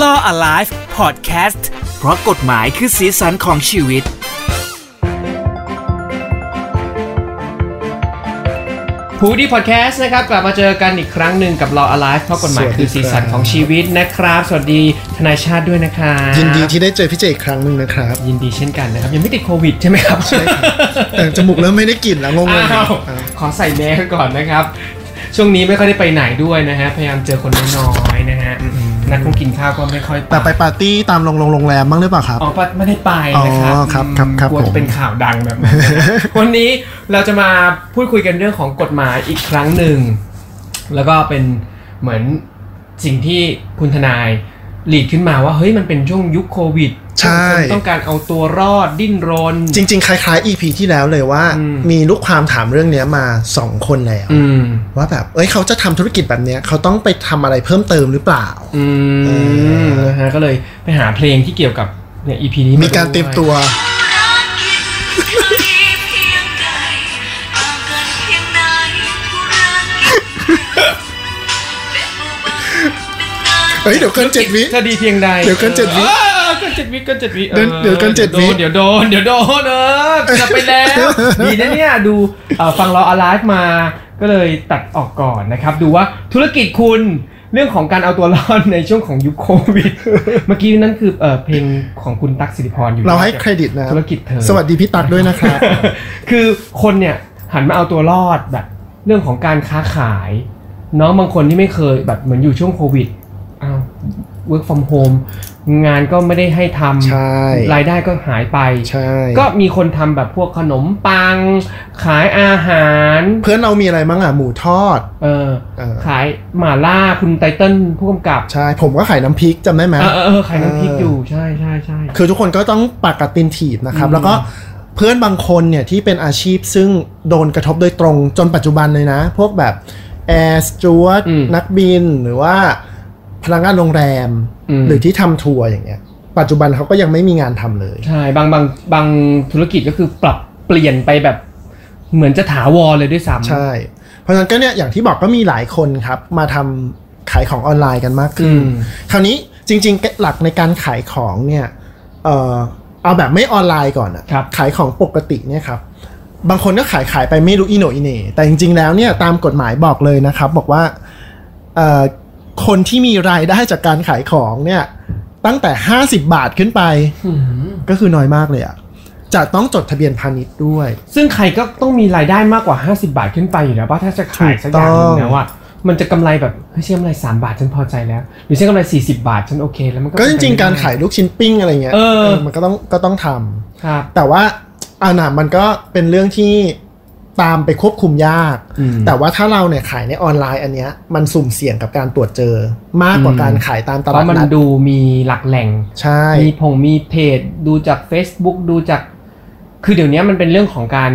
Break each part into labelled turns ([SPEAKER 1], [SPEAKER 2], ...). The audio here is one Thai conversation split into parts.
[SPEAKER 1] Law Alive Podcast เพราะกฎหมายคือสีสันของชีวิต
[SPEAKER 2] พูดีพอดแคสต์นะครับกลับมาเจอกันอีกครั้งหนึ่งกับ Law Alive เพราะกฎหมายคือสีสันของชีวิตนะครับ สวัสดีทนายชาติด้วยนะครับ
[SPEAKER 3] ยินดีที่ได้เจอพี่เจอีกครั้งหนึ่งนะครับ
[SPEAKER 2] ยินดีเช่นกันนะครับ ยังไม่ติดโควิดใช่ไหมครับ ใช่
[SPEAKER 3] แต่จมูกเริ่มไม่ได้กลิ่นแล้วงงๆเลย
[SPEAKER 2] อ้าว
[SPEAKER 3] อ่ะ
[SPEAKER 2] ขอใส่แมสก่อนนะครับ ช่วงนี้ไม่ค่อยได้ไปไหนด้วยนะฮะ พยายามเจอคนน้อยๆนะฮะอืมนัดพวกกินข้าวก็ไม่ค่อย
[SPEAKER 3] แต่ไปปาร์ตี้ตามโรงโรงโรงแรมบ้างหรือเปล่าครับ
[SPEAKER 2] อ๋อไม่ได้ไปนะครับ
[SPEAKER 3] อ๋อครับครับครับ
[SPEAKER 2] กลัว
[SPEAKER 3] ผ
[SPEAKER 2] จะ
[SPEAKER 3] ม
[SPEAKER 2] เป็นข่าวดังแบบนั้นนะ วันนี้เราจะมาพูดคุยกันเรื่องของกฎหมายอีกครั้งหนึ่ง แล้วก็เป็นเหมือนสิ่งที่คุณทนายหลีดขึ้นมาว่าเฮ้ยมันเป็นช่วงยุคโควิด
[SPEAKER 3] ใช่
[SPEAKER 2] คนต้องการเอาตัวรอดดิ้นรน
[SPEAKER 3] จริง ๆ คล้ายๆ EP ที่แล้วเลยว่า
[SPEAKER 2] อืม
[SPEAKER 3] มีลูกความถามเรื่องเนี้ยมา 2 คนแล้ว
[SPEAKER 2] อืม
[SPEAKER 3] ว่าแบบ เอ้ยเขาจะทำธุรกิจแบบเนี้ยเขาต้องไปทำอะไรเพิ่มเติมหรือเปล่า
[SPEAKER 2] อื
[SPEAKER 3] เอ
[SPEAKER 2] ม
[SPEAKER 3] อ
[SPEAKER 2] นะฮะก็เลยไปหาเพลงที่เกี่ยวกับเนี่ย EP นี้
[SPEAKER 3] มีการเตรียมตัว เฮ้ยเดี๋ยวเกินเจ็ดวิ
[SPEAKER 2] ถ้าดีเพียงใด
[SPEAKER 3] เดี๋ยวเกินเจ็ดวิ
[SPEAKER 2] ออเกินเจ็ดวิเกินเจ็ดวิออ
[SPEAKER 3] เดี๋ยวเกินเจ็ดวิ
[SPEAKER 2] เดี๋ยวโดนเดี๋ยวโดนเออจะไปแล้ว ดีนะเนี่ยดูเอ่อฟังเราอ l i v e มา ก็เลยตัดออกก่อนนะครับ ดูว่าธุรกิจคุณเรื่องของการเอาตัวรอดในช่วงของยุคโควิด เมื่อกี้นั่นคือเอ่อเพลงของคุณตั๊กสิริพรอยู่
[SPEAKER 3] เราให้เครดิตนะ
[SPEAKER 2] ธุรกิจเธอ
[SPEAKER 3] สวัสดีพี่ตักด้วยนะครับ
[SPEAKER 2] คือคนเนี่ยหันมาเอาตัวรอดแบบเรื่องของการค้าขายเน้องบางคนที่ไม่เคยแบบเหมือนอยู่ช่วงโควิดอ้าว work from home งานก็ไม่ได้ให้ท
[SPEAKER 3] ใช่
[SPEAKER 2] ำรายได้ก็หายไป
[SPEAKER 3] ใช่
[SPEAKER 2] ก็มีคนทำแบบพวกขนมปัง ขายอาหาร
[SPEAKER 3] เพื่อนเรามีอะไรบ้างอ่ะหมูทอด
[SPEAKER 2] เออ
[SPEAKER 3] เออ
[SPEAKER 2] ขายหม่าล่าคุณไตเติ้ลผู้กำกับ
[SPEAKER 3] ใช่ ผมก็ขายน้ำพริกจำได้ไหม
[SPEAKER 2] เออเออเออขายน้ำพริกอยู่ใช่ใช่ใช่
[SPEAKER 3] คือทุกคนก็ต้องปากกัดตีนถีบนะครับ
[SPEAKER 2] อืม
[SPEAKER 3] แล้วก็เพื่อนบางคนเนี่ยที่เป็นอาชีพซึ่งโดนกระทบโดยตรงจนปัจจุบันเลยนะ พวกแบบแอร์สจวตนักบินหรือว่าพนักงานโรงแรม
[SPEAKER 2] ม
[SPEAKER 3] หรือที่ทำทัวร์อย่างเงี้ย ปัจจุบันเขาก็ยังไม่มีงานทำเลย
[SPEAKER 2] ใช่บางบางบางธุรกิจก็คือปรับเปลี่ยนไปแบบเหมือนจะถาวรเลยด้วยซ้ำ
[SPEAKER 3] ใช่ เพราะฉะนั้นก็เนี่ยอย่างที่บอกก็มีหลายคนครับ มาทำขายของออนไลน์กันมากขึ้น
[SPEAKER 2] อืม
[SPEAKER 3] คราวนี้จริงๆ หลักในการขายของเนี่ยเอ่อเอาแบบไม่ออนไลน์ก่อนอะ
[SPEAKER 2] ครับ
[SPEAKER 3] ขายของปกติเนี่ยครับ บางคนก็ขายขายไปไม่รู้อีโหนอีเหน่แต่จริงๆแล้วเนี่ยตามกฎหมายบอกเลยนะครับ บอกว่าเอ่อคนที่มีรายได้จากการขายของเนี่ยตั้งแต่ 50 บาทขึ้นไปก็คือน้อยมากเลยอะจะต้องจดทะเบียนพาณิชย์ด้วย
[SPEAKER 2] ซึ่งใครก็ต้องมีรายได้มากกว่า 50 บาทขึ้นไปอยู่แล้วว่าถ้าจะขายสักอย่างหนึง
[SPEAKER 3] ถูกต้
[SPEAKER 2] นะ
[SPEAKER 3] อง
[SPEAKER 2] ว่า มันจะกำไรแบบเฮ้ยฉันกำไร 3 บาทฉันพอใจแล้ว หรือฉันกำไร 40 บาทฉันโอเคแล้วมันก็
[SPEAKER 3] ก็จ
[SPEAKER 2] เป็นไป
[SPEAKER 3] ริงๆ
[SPEAKER 2] ไม่ได้
[SPEAKER 3] การขายลูกชิ้นปิ้งอะไรเงี้ย
[SPEAKER 2] เออ
[SPEAKER 3] เออมันก็ต้องก็ต้องทำ
[SPEAKER 2] ครับ
[SPEAKER 3] แต่ว่าอาหนามันก็เป็นเรื่องที่ตามไปควบคุมยาก แต่ว่าถ้าเราเนี่ยขายในออนไลน์อันเนี้ยมันสุ่มเสี่ยงกับการตรวจเจอ มากกว่าการขายตามต
[SPEAKER 2] เพ
[SPEAKER 3] ลาด
[SPEAKER 2] ราะมัน
[SPEAKER 3] นัด
[SPEAKER 2] ดูมีหลักแหล่ง
[SPEAKER 3] ใช่
[SPEAKER 2] มีพงมีเพจดูจาก Facebook ดูจาก คือเดี๋ยวนี้มันเป็นเรื่องของการ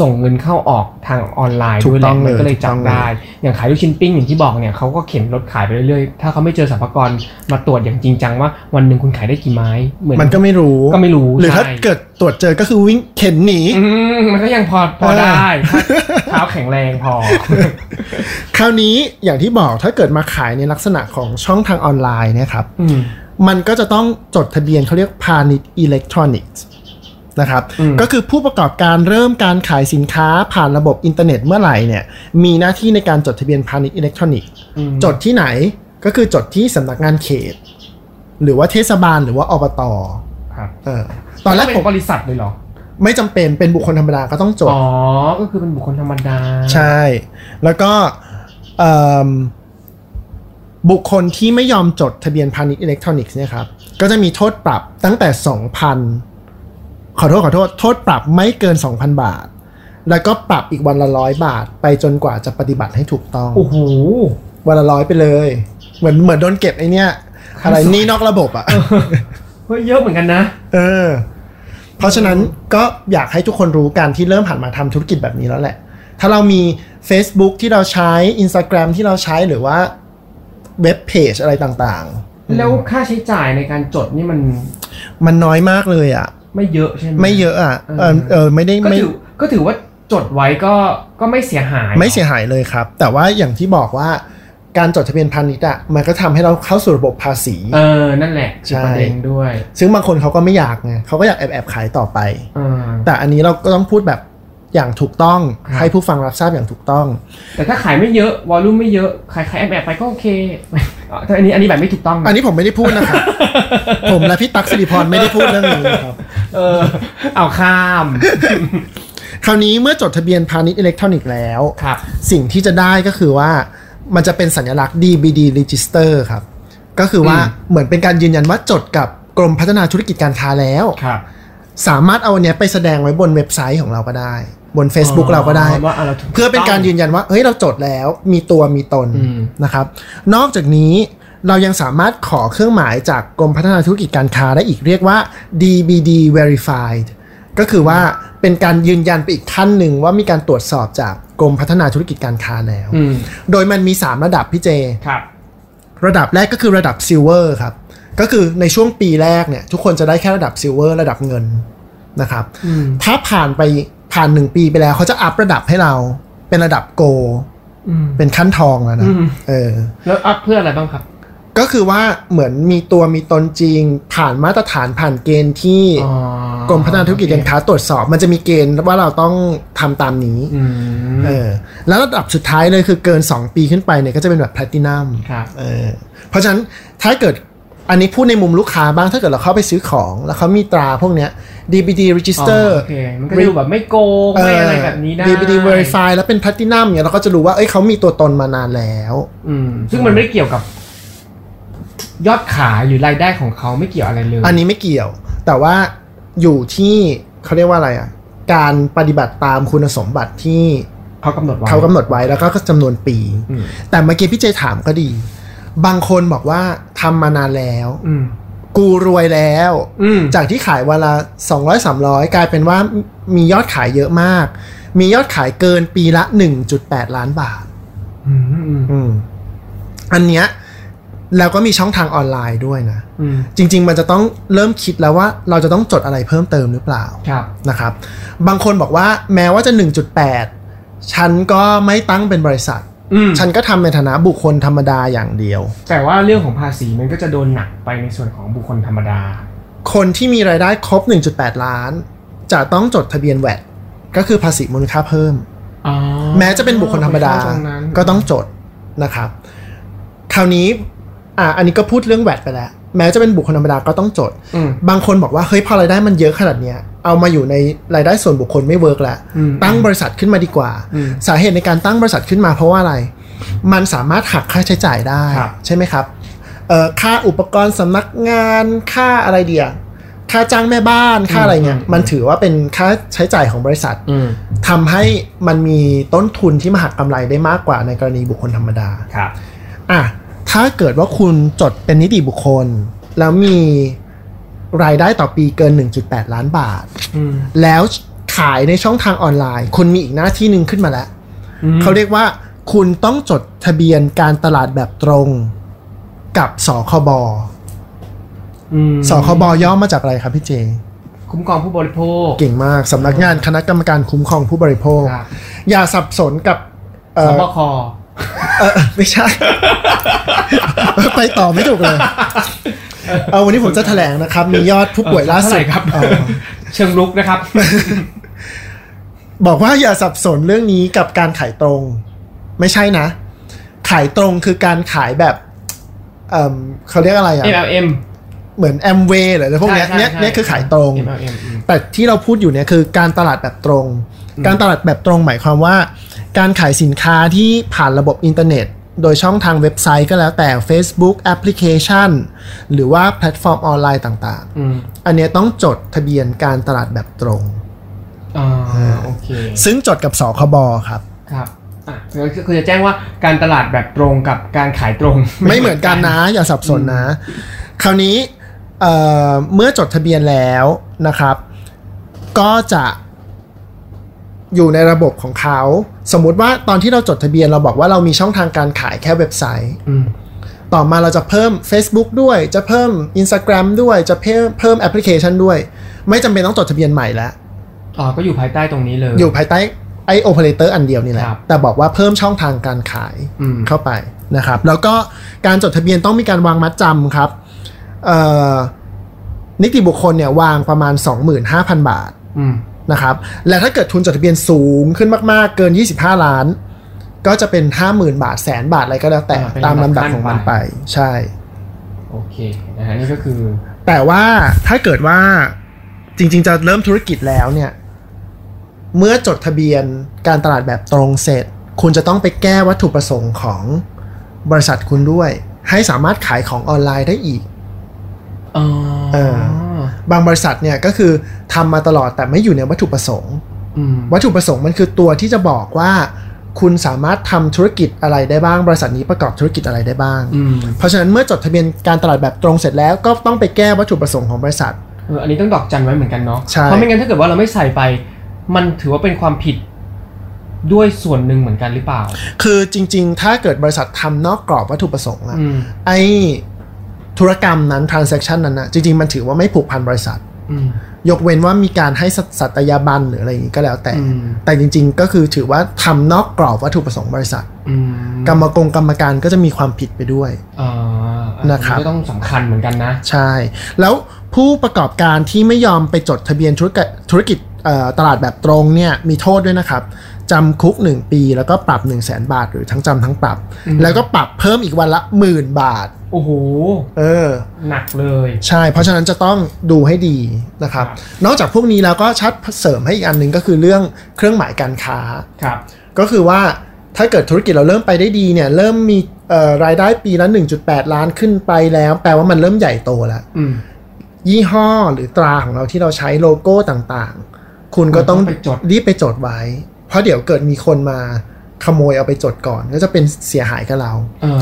[SPEAKER 2] ส่งเงินเข้าออกทางออนไลน์
[SPEAKER 3] ถูก
[SPEAKER 2] ด้วยแห
[SPEAKER 3] ต้
[SPEAKER 2] ละ
[SPEAKER 3] อง
[SPEAKER 2] มันก็เลย
[SPEAKER 3] เลยถูกต้
[SPEAKER 2] จั
[SPEAKER 3] อ
[SPEAKER 2] บ
[SPEAKER 3] ง
[SPEAKER 2] ได้ อย่างขายลูกชิ้นปิ้งอย่างที่บอกเนี่ยเขาก็เข็นรถขายไปเรื่อยๆ ถ้าเขาไม่เจอสรรพากรมาตรวจอย่างจริงจังว่าวันหนึ่งคุณขายได้กี่ไม้เหมือน
[SPEAKER 3] มันก็ไม่รู้
[SPEAKER 2] ก็ไม่รู้
[SPEAKER 3] หรือถ้า
[SPEAKER 2] ใช่
[SPEAKER 3] เกิดตรวจเจอก็คือวิ่งเข็นหนี
[SPEAKER 2] อืมมันก็ยังพอพอ
[SPEAKER 3] เออ
[SPEAKER 2] ได้ถ้าเท้าแข็งแรงพอ
[SPEAKER 3] คราวนี้อย่างที่บอกถ้าเกิดมาขายในลักษณะของช่องทางออนไลน์เนี่ยครับ
[SPEAKER 2] อืม
[SPEAKER 3] มันก็จะต้องจดทะเบียนเขาเรียกพาณิชย์อิเล็กทรอนิกส์นะครับ
[SPEAKER 2] อืม
[SPEAKER 3] ก็คือผู้ประกอบการเริ่มการขายสินค้าผ่านระบบอินเทอร์เน็ตเมื่อไหร่เนี่ย มีหน้าที่ในการจดทะเบียนพาณิชย์อิเล็กทรอนิกส์
[SPEAKER 2] อืม
[SPEAKER 3] จดที่ไหนก็คือจดที่สำนักงานเขต หรือว่าเทศบาลหรือว่าอบต
[SPEAKER 2] ครับ
[SPEAKER 3] เออตอนแรก
[SPEAKER 2] เป็
[SPEAKER 3] ผม
[SPEAKER 2] นบริษัทเลยเหรอ
[SPEAKER 3] ไม่จำเป็นเป็นบุคคลธรรมดาก็ต้องจด
[SPEAKER 2] อ๋อก็คือเป็นบุคคลธรรมดา
[SPEAKER 3] ใช่ แล้วก็เอิ่มบุคคลที่ไม่ยอมจดทะเบียนพาณิชย์อิเล็กทรอนิกส์เนี่ยครับ ก็จะมีโทษปรับตั้งแต่ 2,000 ขอโทษขอโทษ โทษปรับไม่เกิน 2,000 บาท แล้วก็ปรับอีกวันละร้อยบาท ไปจนกว่าจะปฏิบัติให้ถูกต้อง
[SPEAKER 2] โอ้โห
[SPEAKER 3] วันละร้อยไปเลย เหมือนเหมือนโดนเก็บไอเนี้ยอะไร
[SPEAKER 2] ครับ
[SPEAKER 3] หนี่นอกระบบอ่ะ
[SPEAKER 2] เฮ้ยเยอะเหมือนกันนะ
[SPEAKER 3] เออ เพราะฉะนั้นก็อยากให้ทุกคนรู้การที่เริ่มหันมาทำธุรกิจแบบนี้แล้วแหละ ถ้าเรามี Facebook ที่เราใช้ Instagram ที่เราใช้หรือว่าเว็บเพจอะไรต่างๆ
[SPEAKER 2] แล้วค่าใช้จ่ายในการจดนี่มัน
[SPEAKER 3] มันน้อยมากเลยอะ่ะ
[SPEAKER 2] ไม่เยอะใช่ไหม
[SPEAKER 3] ไม่เยอะอะ่ะ เออเออไม่ได้
[SPEAKER 2] ก็
[SPEAKER 3] ไม่
[SPEAKER 2] ถือก็ถือว่าจดไว้ก็ก็ไม่เสียหาย
[SPEAKER 3] ไม่เสียหายเลยครับ แต่ว่าอย่างที่บอกว่า การจดทะเบียนพาณิชย์อ่ะมันก็ทำให้เราเข้าสู่ระบบภาษี
[SPEAKER 2] เออ นั่นแหละคือประเด็นด้วย
[SPEAKER 3] ซึ่งบางคนเขาก็ไม่อยากไงเขาก็อยากแอบแอบๆขายต่อไป
[SPEAKER 2] เออ
[SPEAKER 3] แต่อันนี้เราก็ต้องพูดแบบอย่างถูกต้อง
[SPEAKER 2] ครับ
[SPEAKER 3] ให้ผู้ฟังรับทราบอย่างถูกต้อง
[SPEAKER 2] แต่ถ้าขายไม่เยอะวอลลุ่มไม่เยอะขายขายแอบแอบไปก็โอเค อ๋อแต่อันนี้อันนี้แบบไม่ถูกต้องนะ
[SPEAKER 3] อันนี้ผมไม่ได้พูดนะครับ ผมและพี่ตั๊กสิริพรไม่ได้พูดเรื่องนี้นะครับ
[SPEAKER 2] เออ เอาข้าม
[SPEAKER 3] คราวนี้เมื่อจดทะเบียนพาณิชย์อิเล็กทรอนิกส์แล้ว
[SPEAKER 2] ครับ
[SPEAKER 3] สิ่งที่จะได้ก็คือว่ามันจะเป็นสัญลักษณ์ DBD Register ครับ ก็คือว่า
[SPEAKER 2] อืม
[SPEAKER 3] เหมือนเป็นการยืนยันว่าจดกับกรมพัฒนาธุรกิจการค้าแล้ว
[SPEAKER 2] ครับ
[SPEAKER 3] สามารถเอาอันเนี้ยไปแสดงไว้บนเว็บไซต์ของเราก็ได้ บน Facebook
[SPEAKER 2] อ๋อ
[SPEAKER 3] เราก็ได้
[SPEAKER 2] ว่าเราถูก
[SPEAKER 3] เพื่อเป็นการ
[SPEAKER 2] ต้อง
[SPEAKER 3] ยืนยันว่าเฮ้ยเราจดแล้วมีตัวมีตน
[SPEAKER 2] อืม
[SPEAKER 3] นะครับ นอกจากนี้เรายังสามารถขอเครื่องหมายจากกรมพัฒนาธุรกิจการค้าได้อีกเรียกว่า DBD Verified ก็คือว่าเป็นการยืนยันไปอีกขั้นหนึ่งว่ามีการตรวจสอบจากกรมพัฒนาธุรกิจการค้าแล้ว
[SPEAKER 2] อืม
[SPEAKER 3] โดยมันมี 3 ระดับพี่เจ
[SPEAKER 2] ครับ
[SPEAKER 3] ระดับแรกก็คือระดับซิลเวอร์ครับ ก็คือในช่วงปีแรกเนี่ยทุกคนจะได้แค่ระดับซิลเวอร์ระดับเงินนะครับ
[SPEAKER 2] อืม
[SPEAKER 3] ถ้าผ่านไปผ่านหนึ่งปีไปแล้วเขาจะอัประดับให้เราเป็นระดับโก
[SPEAKER 2] อืม
[SPEAKER 3] เป็นขั้นทองแล้วนะ
[SPEAKER 2] อืม
[SPEAKER 3] เออ
[SPEAKER 2] แล้วอัพเพื่ออะไรบ้างครับ
[SPEAKER 3] ก็คือว่าเหมือนมีตัวมีตนจริง ผ่านมาตรฐานผ่านเกณฑ์ที่
[SPEAKER 2] อ๋อก
[SPEAKER 3] รมพัฒนาธุรกิจการค้าตรวจสอบ มันจะมีเกณฑ์ว่าเราต้องทำตามนี้
[SPEAKER 2] อืม
[SPEAKER 3] เออแล้วระดับสุดท้ายเลยคือเกิน 2 ปีขึ้นไปเนี่ยก็จะเป็นแบบแพลตินัม
[SPEAKER 2] ครับ
[SPEAKER 3] เออเพราะฉะนั้นถ้าเกิดอันนี้พูดในมุมลูกค้าบ้างถ้าเกิดเราเข้าไปซื้อของ แล้วเขามีตราพวกเนี้ย DBD
[SPEAKER 2] อ๋อ
[SPEAKER 3] Register
[SPEAKER 2] โอเคมันก็ดูแบบไม่โกงไม่อะไรแบบนี้ได้
[SPEAKER 3] เอ่อ DBD Verify แล้วเป็นแพลตินัมเนี่ยเราก็จะรู้ว่าเอ้ยเขามีตัวตนมานานแล้ว
[SPEAKER 2] อืมซึ่งมันไม่ได้เกี่ยวกับ ยอดขายหรือรายได้ของเขาไม่เกี่ยวอะไรเลย
[SPEAKER 3] อันนี้ไม่เกี่ยว แต่ว่าอยู่ที่เขาเรียกว่าอะไรอ่ะ การปฏิบัติตามคุณสมบัติที่
[SPEAKER 2] เขากำหนดไว้
[SPEAKER 3] เขากำหนดไว้แล้วก็จำนวนปี
[SPEAKER 2] อืม
[SPEAKER 3] แต่เมื่อกี้พี่เจถามก็ดี บางคนบอกว่าทำมานานแล้ว
[SPEAKER 2] อืม
[SPEAKER 3] กูรวยแล้ว
[SPEAKER 2] อืม
[SPEAKER 3] จากที่ขายวันละ 200 300 กลายเป็นว่ามียอดขายเยอะมาก มียอดขายเกินปีละ 1.8 ล้านบาท
[SPEAKER 2] อืมอืม
[SPEAKER 3] อืมอันเนี้ยแล้วก็มีช่องทางออนไลน์ด้วยนะ
[SPEAKER 2] อืม
[SPEAKER 3] จริง ๆ มันจะต้องเริ่มคิดแล้วว่าเราจะต้องจดอะไรเพิ่มเติมหรือเปล่า
[SPEAKER 2] ครับ
[SPEAKER 3] นะครับ บางคนบอกว่าแม้ว่าจะ 1.8 ฉันก็ไม่ตั้งเป็นบริษัท
[SPEAKER 2] อืม
[SPEAKER 3] ฉันก็ทำในฐานะบุคคลธรรมดาอย่างเดียว
[SPEAKER 2] แต่ว่าเรื่องของภาษีมันก็จะโดนหนักไปในส่วนของบุคคลธรรมดา
[SPEAKER 3] คนที่มีรายได้ครบ 1.8 ล้าน จะต้องจดทะเบียนแวดก็คือภาษีมูลค่าเพิ่ม
[SPEAKER 2] อ๋อ
[SPEAKER 3] แม้จะเป็นบุคคลธรรมดา
[SPEAKER 2] ตงนั้น
[SPEAKER 3] ก็ต้องจดนะครับ คราวนี้อ่ะอันนี้ก็พูดเรื่องแวดไปแล้ว แม้จะเป็นบุคคลธรรมดาก็ต้องจด
[SPEAKER 2] อืม
[SPEAKER 3] บางคนบอกว่าเฮ้ยพอรายได้มันเยอะขนาดเนี้ยเอามาอยู่ในรายได้ส่วนบุคคลไม่เวิร์กแล้ว
[SPEAKER 2] อืม
[SPEAKER 3] ตั้งบริษัทขึ้นมาดีกว่า
[SPEAKER 2] อืม
[SPEAKER 3] สาเหตุในการตั้งบริษัทขึ้นมาเพราะว่าอะไร มันสามารถหักค่าใช้จ่ายได้
[SPEAKER 2] ครับ
[SPEAKER 3] ใช่ไหมครับเอ่อค่าอุปกรณ์สำนักงานค่าอะไรเดียค่าจ้างแม่บ้านค่าอะไรเนี่ยมันถือว่าเป็นค่าใช้จ่ายของบริษัท
[SPEAKER 2] อืม
[SPEAKER 3] ทำให้มันมีต้นทุนที่มาหักกำไรได้มากกว่าในกรณีบุคคลธรรมดา
[SPEAKER 2] ครับ
[SPEAKER 3] อ่ะ ถ้าเกิดว่าคุณจดเป็นนิติบุคคล แล้วมีรายได้ต่อปีเกิน 1.8 ล้านบาท
[SPEAKER 2] อืม
[SPEAKER 3] แล้วขายในช่องทางออนไลน์ คุณมีอีกหน้าที่หนึ่งขึ้นมาแล้ว เขาเรียกว่าคุณต้องจดทะเบียนการตลาดแบบตรงกับสคบ
[SPEAKER 2] อืม
[SPEAKER 3] สคบย่อมาจากอะไรครับพี่เจ
[SPEAKER 2] คุ้มครองผู้บริโภค
[SPEAKER 3] เก่งมากสำนักงานคณะกรรมการคุ้มครองผู้บริโภค
[SPEAKER 2] ครับ
[SPEAKER 3] อย่าสับสนกับเอ่
[SPEAKER 2] ส
[SPEAKER 3] อ
[SPEAKER 2] บค
[SPEAKER 3] เออไม่ใช่ ไปต่อไม่ถูกเลย เอาวันนี้ผมจะแถลงนะครับ มียอดผู้ป่วยล่าสุด
[SPEAKER 2] เท่ไหร่ครับ
[SPEAKER 3] เอ่อ
[SPEAKER 2] เชิงลุกนะครับ
[SPEAKER 3] บอกว่าอย่าสับสนเรื่องนี้กับการขายตรง ไม่ใช่นะ ขายตรงคือการขายแบบเอิ่มเขาเรียกอะไรอ่ะ
[SPEAKER 2] MLM
[SPEAKER 3] เหมือนแอมเวย์หรืออะไรพวกเนี้ย
[SPEAKER 2] ใช่ใช่
[SPEAKER 3] เนี้ย
[SPEAKER 2] ใช่
[SPEAKER 3] เนี้ยคือขายตรง
[SPEAKER 2] MLM อืม
[SPEAKER 3] แต่ที่เราพูดอยู่เนี่ยคือการตลาดแบบตรง การตลาดแบบตรงหมายความว่า การขายสินค้าที่ผ่านระบบอินเทอร์เน็ต โดยช่องทางเว็บไซต์ก็แล้วแต่ Facebook แอปพลิเคชัน หรือว่าแพลตฟอร์มออนไลน์ต่าง
[SPEAKER 2] อืม
[SPEAKER 3] ๆ อันเนี้ยต้องจดทะเบียนการตลาดแบบตรง
[SPEAKER 2] อ่าโอเค
[SPEAKER 3] ซึ่งจดกับสคบครับ
[SPEAKER 2] ครับอ่ะคือคือจะแจ้งว่าการตลาดแบบตรงกับการขายตรง
[SPEAKER 3] ไม่เหมือนกันนะ อย่าสับสนนะ คราวนี้เอ่อเมื่อจดทะเบียนแล้วนะครับ ก็จะอยู่ในระบบของเขา สมมุติว่าตอนที่เราจดทะเบียนเราบอกว่าเรามีช่องทางการขายแค่เว็บไซต์
[SPEAKER 2] อืม
[SPEAKER 3] ต่อมาเราจะเพิ่ม Facebook ด้วย จะเพิ่ม Instagram ด้วยจะเพิ่มเพิ่มแอปพลิเคชันด้วย ไม่จำเป็นต้องจดทะเบียนใหม่แล้ว
[SPEAKER 2] อ๋อก็อยู่ภายใต้ตรงนี้เลย
[SPEAKER 3] อยู่ภายใต้ไอโอเปอเรเตอร์อันเดียวนี่แหละ
[SPEAKER 2] ครับ
[SPEAKER 3] แต่บอกว่าเพิ่มช่องทางการขาย
[SPEAKER 2] อืม
[SPEAKER 3] เข้าไป นะครับ แล้วก็การจดทะเบียนต้องมีการวางมัดจำครับเอ่อนิติบุคคลเนี่ยวางประมาณ 25,000 บาท
[SPEAKER 2] อืม
[SPEAKER 3] นะครับ และถ้าเกิดทุนจดทะเบียนสูงขึ้นมาก ๆ เกิน 25 ล้าน ก็จะเป็น 50,000 บาทแสนบาทอะไรก็แล้วแต่ตามลำดับของมันไป ใช่
[SPEAKER 2] โอเคนะฮะนี่ก็คือ
[SPEAKER 3] แต่ว่าถ้าเกิดว่าจริง ๆ จะเริ่มธุรกิจแล้วเนี่ย เมื่อจดทะเบียนการตลาดแบบตรงเสร็จ คุณจะต้องไปแก้วัตถุประสงค์ของบริษัทคุณด้วย ให้สามารถขายของออนไลน์ได้อีก
[SPEAKER 2] อ๋อ
[SPEAKER 3] เออ บางบริษัทเนี่ยก็คือทำมาตลอดแต่ไม่อยู่ในวัตถุประสงค์
[SPEAKER 2] อืม
[SPEAKER 3] วัตถุประสงค์มันคือตัวที่จะบอกว่าคุณสามารถทำธุรกิจอะไรได้บ้าง บริษัทนี้ประกอบธุรกิจอะไรได้บ้าง
[SPEAKER 2] อืม
[SPEAKER 3] เพราะฉะนั้นเมื่อจดทะเบียนการตลาดแบบตรงเสร็จแล้วก็ต้องไปแก้วัตถุประสงค์ของบริษัท
[SPEAKER 2] เอออันนี้ต้องดอกจันไว้เหมือนกันเนาะ
[SPEAKER 3] ใช่
[SPEAKER 2] เพราะไม่งั้นถ้าเกิดว่าเราไม่ใส่ไป มันถือว่าเป็นความผิดด้วยส่วนหนึ่งเหมือนกันหรือเปล่า
[SPEAKER 3] คือจริง ๆ ถ้าเกิดบริษัททำนอกกรอบวัตถุประสงค์อะ
[SPEAKER 2] อืม
[SPEAKER 3] ไอธุรกรรมนั้น transaction นั้นนะจริง ๆ มันถือว่าไม่ผูกพันบริษัท
[SPEAKER 2] อืม
[SPEAKER 3] ยกเว้นว่ามีการให้สัตสัตยาบันหรืออะไรอย่างนี้ก็แล้วแต่
[SPEAKER 2] อืม
[SPEAKER 3] แต่จริง ๆ ก็คือถือว่าทำนอกกรอบวัตถุประสงค์บริษัท
[SPEAKER 2] อืม
[SPEAKER 3] กรรมกงกรรมการก็จะมีความผิดไปด้วย
[SPEAKER 2] อ่าอั
[SPEAKER 3] นะครับ
[SPEAKER 2] ก็ต้องสำคัญเหมือนกันนะ
[SPEAKER 3] ใช่ แล้วผู้ประกอบการที่ไม่ยอมไปจดทะเบียนธุรกิจธุรกิจเอ่อตลาดแบบตรงเนี่ยมีโทษด้วยนะครับจำคุก 1 ปีแล้วก็ปรับ 1 0 0 0 0แบาท หรือทั้งจำทั้งปรับ
[SPEAKER 2] อืม
[SPEAKER 3] แล้วก็ปรับเพิ่มอีกวันละหมื่นบาท
[SPEAKER 2] โอ้โห
[SPEAKER 3] เออ
[SPEAKER 2] หนักเลย
[SPEAKER 3] ใช่ เพราะฉะนั้นจะต้องดูให้ดีนะครับ
[SPEAKER 2] ครับ
[SPEAKER 3] นอกจากพวกนี้แล้วก็ชัดเสริมให้อีกอันหนึ่งก็คือเรื่องเครื่องหมายการค้า
[SPEAKER 2] ครับ
[SPEAKER 3] ก็คือว่าถ้าเกิดธุรกิจเราเริ่มไปได้ดีเนี่ยเริ่มมีเอ่อรายได้ปีละ 1.8 ล้านขึ้นไปแล้ว แปลว่ามันเริ่มใหญ่โตแล้ว
[SPEAKER 2] อืม
[SPEAKER 3] ยี่ห้อหรือตราของเราที่เราใช้โลโก้ต่างๆ คุณก็ต้อง
[SPEAKER 2] คุณต้องไปจด
[SPEAKER 3] รีบไปจดไว้ เพราะเดี๋ยวเกิดมีคนมาขโมยเอาไปจดก่อน ก็จะเป็นเสียหายกับเรา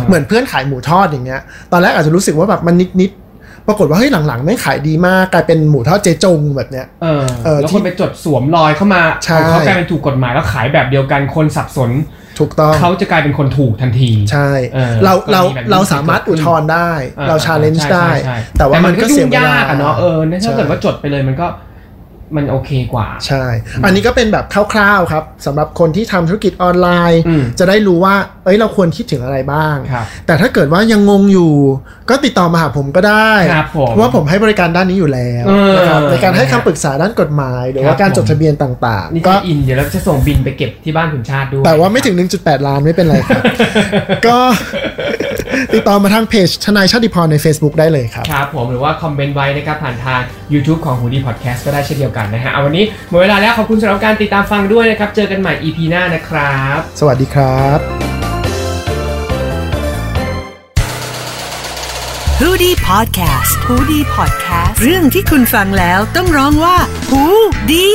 [SPEAKER 3] เหมือนเพื่อนขายหมูทอดอย่างเงี้ย ตอนแรกอาจจะรู้สึกว่าแบบมันนิดๆ ปรากฏว่าเฮ้ยหลังๆไม่งขายดีมากกลายเป็นหมูทอดเจจงแบบเนี้ย
[SPEAKER 2] เออ
[SPEAKER 3] เออ
[SPEAKER 2] แล้ว
[SPEAKER 3] ที่
[SPEAKER 2] คนไปจดสวมรอยเข้ามา
[SPEAKER 3] ใช่
[SPEAKER 2] ของเขากลายเป็นถูกกฎหมายแล้วขายแบบเดียวกันคนสับสน
[SPEAKER 3] ถูกต้อง
[SPEAKER 2] เขาจะกลายเป็นคนถูกทันที
[SPEAKER 3] ใช่
[SPEAKER 2] เออ
[SPEAKER 3] เราเรา
[SPEAKER 2] ก็มีแบบนี้
[SPEAKER 3] เราสามารถอุทธรณ์ได้
[SPEAKER 2] ออ
[SPEAKER 3] เราชาเลนจ์
[SPEAKER 2] ใช่
[SPEAKER 3] ได้
[SPEAKER 2] ใช่ใช่
[SPEAKER 3] แต่ว่ามันก็เสีย
[SPEAKER 2] ยุ่
[SPEAKER 3] เวย
[SPEAKER 2] งา
[SPEAKER 3] ลาก
[SPEAKER 2] อะเนาะเออถ้าเกิด
[SPEAKER 3] ใช่
[SPEAKER 2] ว่าจดไปเลยมันก็มันโอเคกว่า
[SPEAKER 3] ใช่ อันนี้ก็เป็นแบบคร่าวๆครับสำหรับคนที่ทำธุรกิจออนไลน์
[SPEAKER 2] อืม
[SPEAKER 3] จะได้รู้ว่า เอ้ยเราควรคิดถึงอะไรบ้าง
[SPEAKER 2] ครับ
[SPEAKER 3] แต่ถ้าเกิดว่ายังงงอยู่ ก็ติดต่อมาหาผมก็ได้
[SPEAKER 2] ครับผม
[SPEAKER 3] ว่าผมให้บริการด้านนี้อยู่แล้ว
[SPEAKER 2] เออ
[SPEAKER 3] นะครับในการให้
[SPEAKER 2] นะฮะ
[SPEAKER 3] คำปรึกษาด้านกฎหมาย หรือ
[SPEAKER 2] ครั
[SPEAKER 3] ว่า
[SPEAKER 2] บ
[SPEAKER 3] การจด
[SPEAKER 2] ผม
[SPEAKER 3] ทะเบียนต่าง
[SPEAKER 2] นี่
[SPEAKER 3] ๆ
[SPEAKER 2] ก็
[SPEAKER 3] ก็
[SPEAKER 2] อินเดี๋ยวเราจะส่งบินไปเก็บที่บ้านคุณชาติด้วย
[SPEAKER 3] แต่ว่าไม่ถึง 1.8 ล้านไม่เป็นไรครับ ก็ ติดต่อมาทางเพจทนายชาติพรใน Facebook ได้เลยครับ
[SPEAKER 2] ครับผมหรือว่าคอมเมนต์ไว้นะครับผ่านทาง YouTube ของหูดีพอดแคสต์ก็ได้เช่นเดียวกันนะฮะเอาวันนี้หมดเวลาแล้วขอบคุณสำหรับการติดตามฟังด้วยนะครับเจอกันใหม่ EP หน้านะครับ
[SPEAKER 3] สวัสดีครับ
[SPEAKER 4] h o ดี้พอดแคสต์ฮูดี้พอดแคสต์เรื่องที่คุณฟังแล้วต้องร้องว่าฮูดี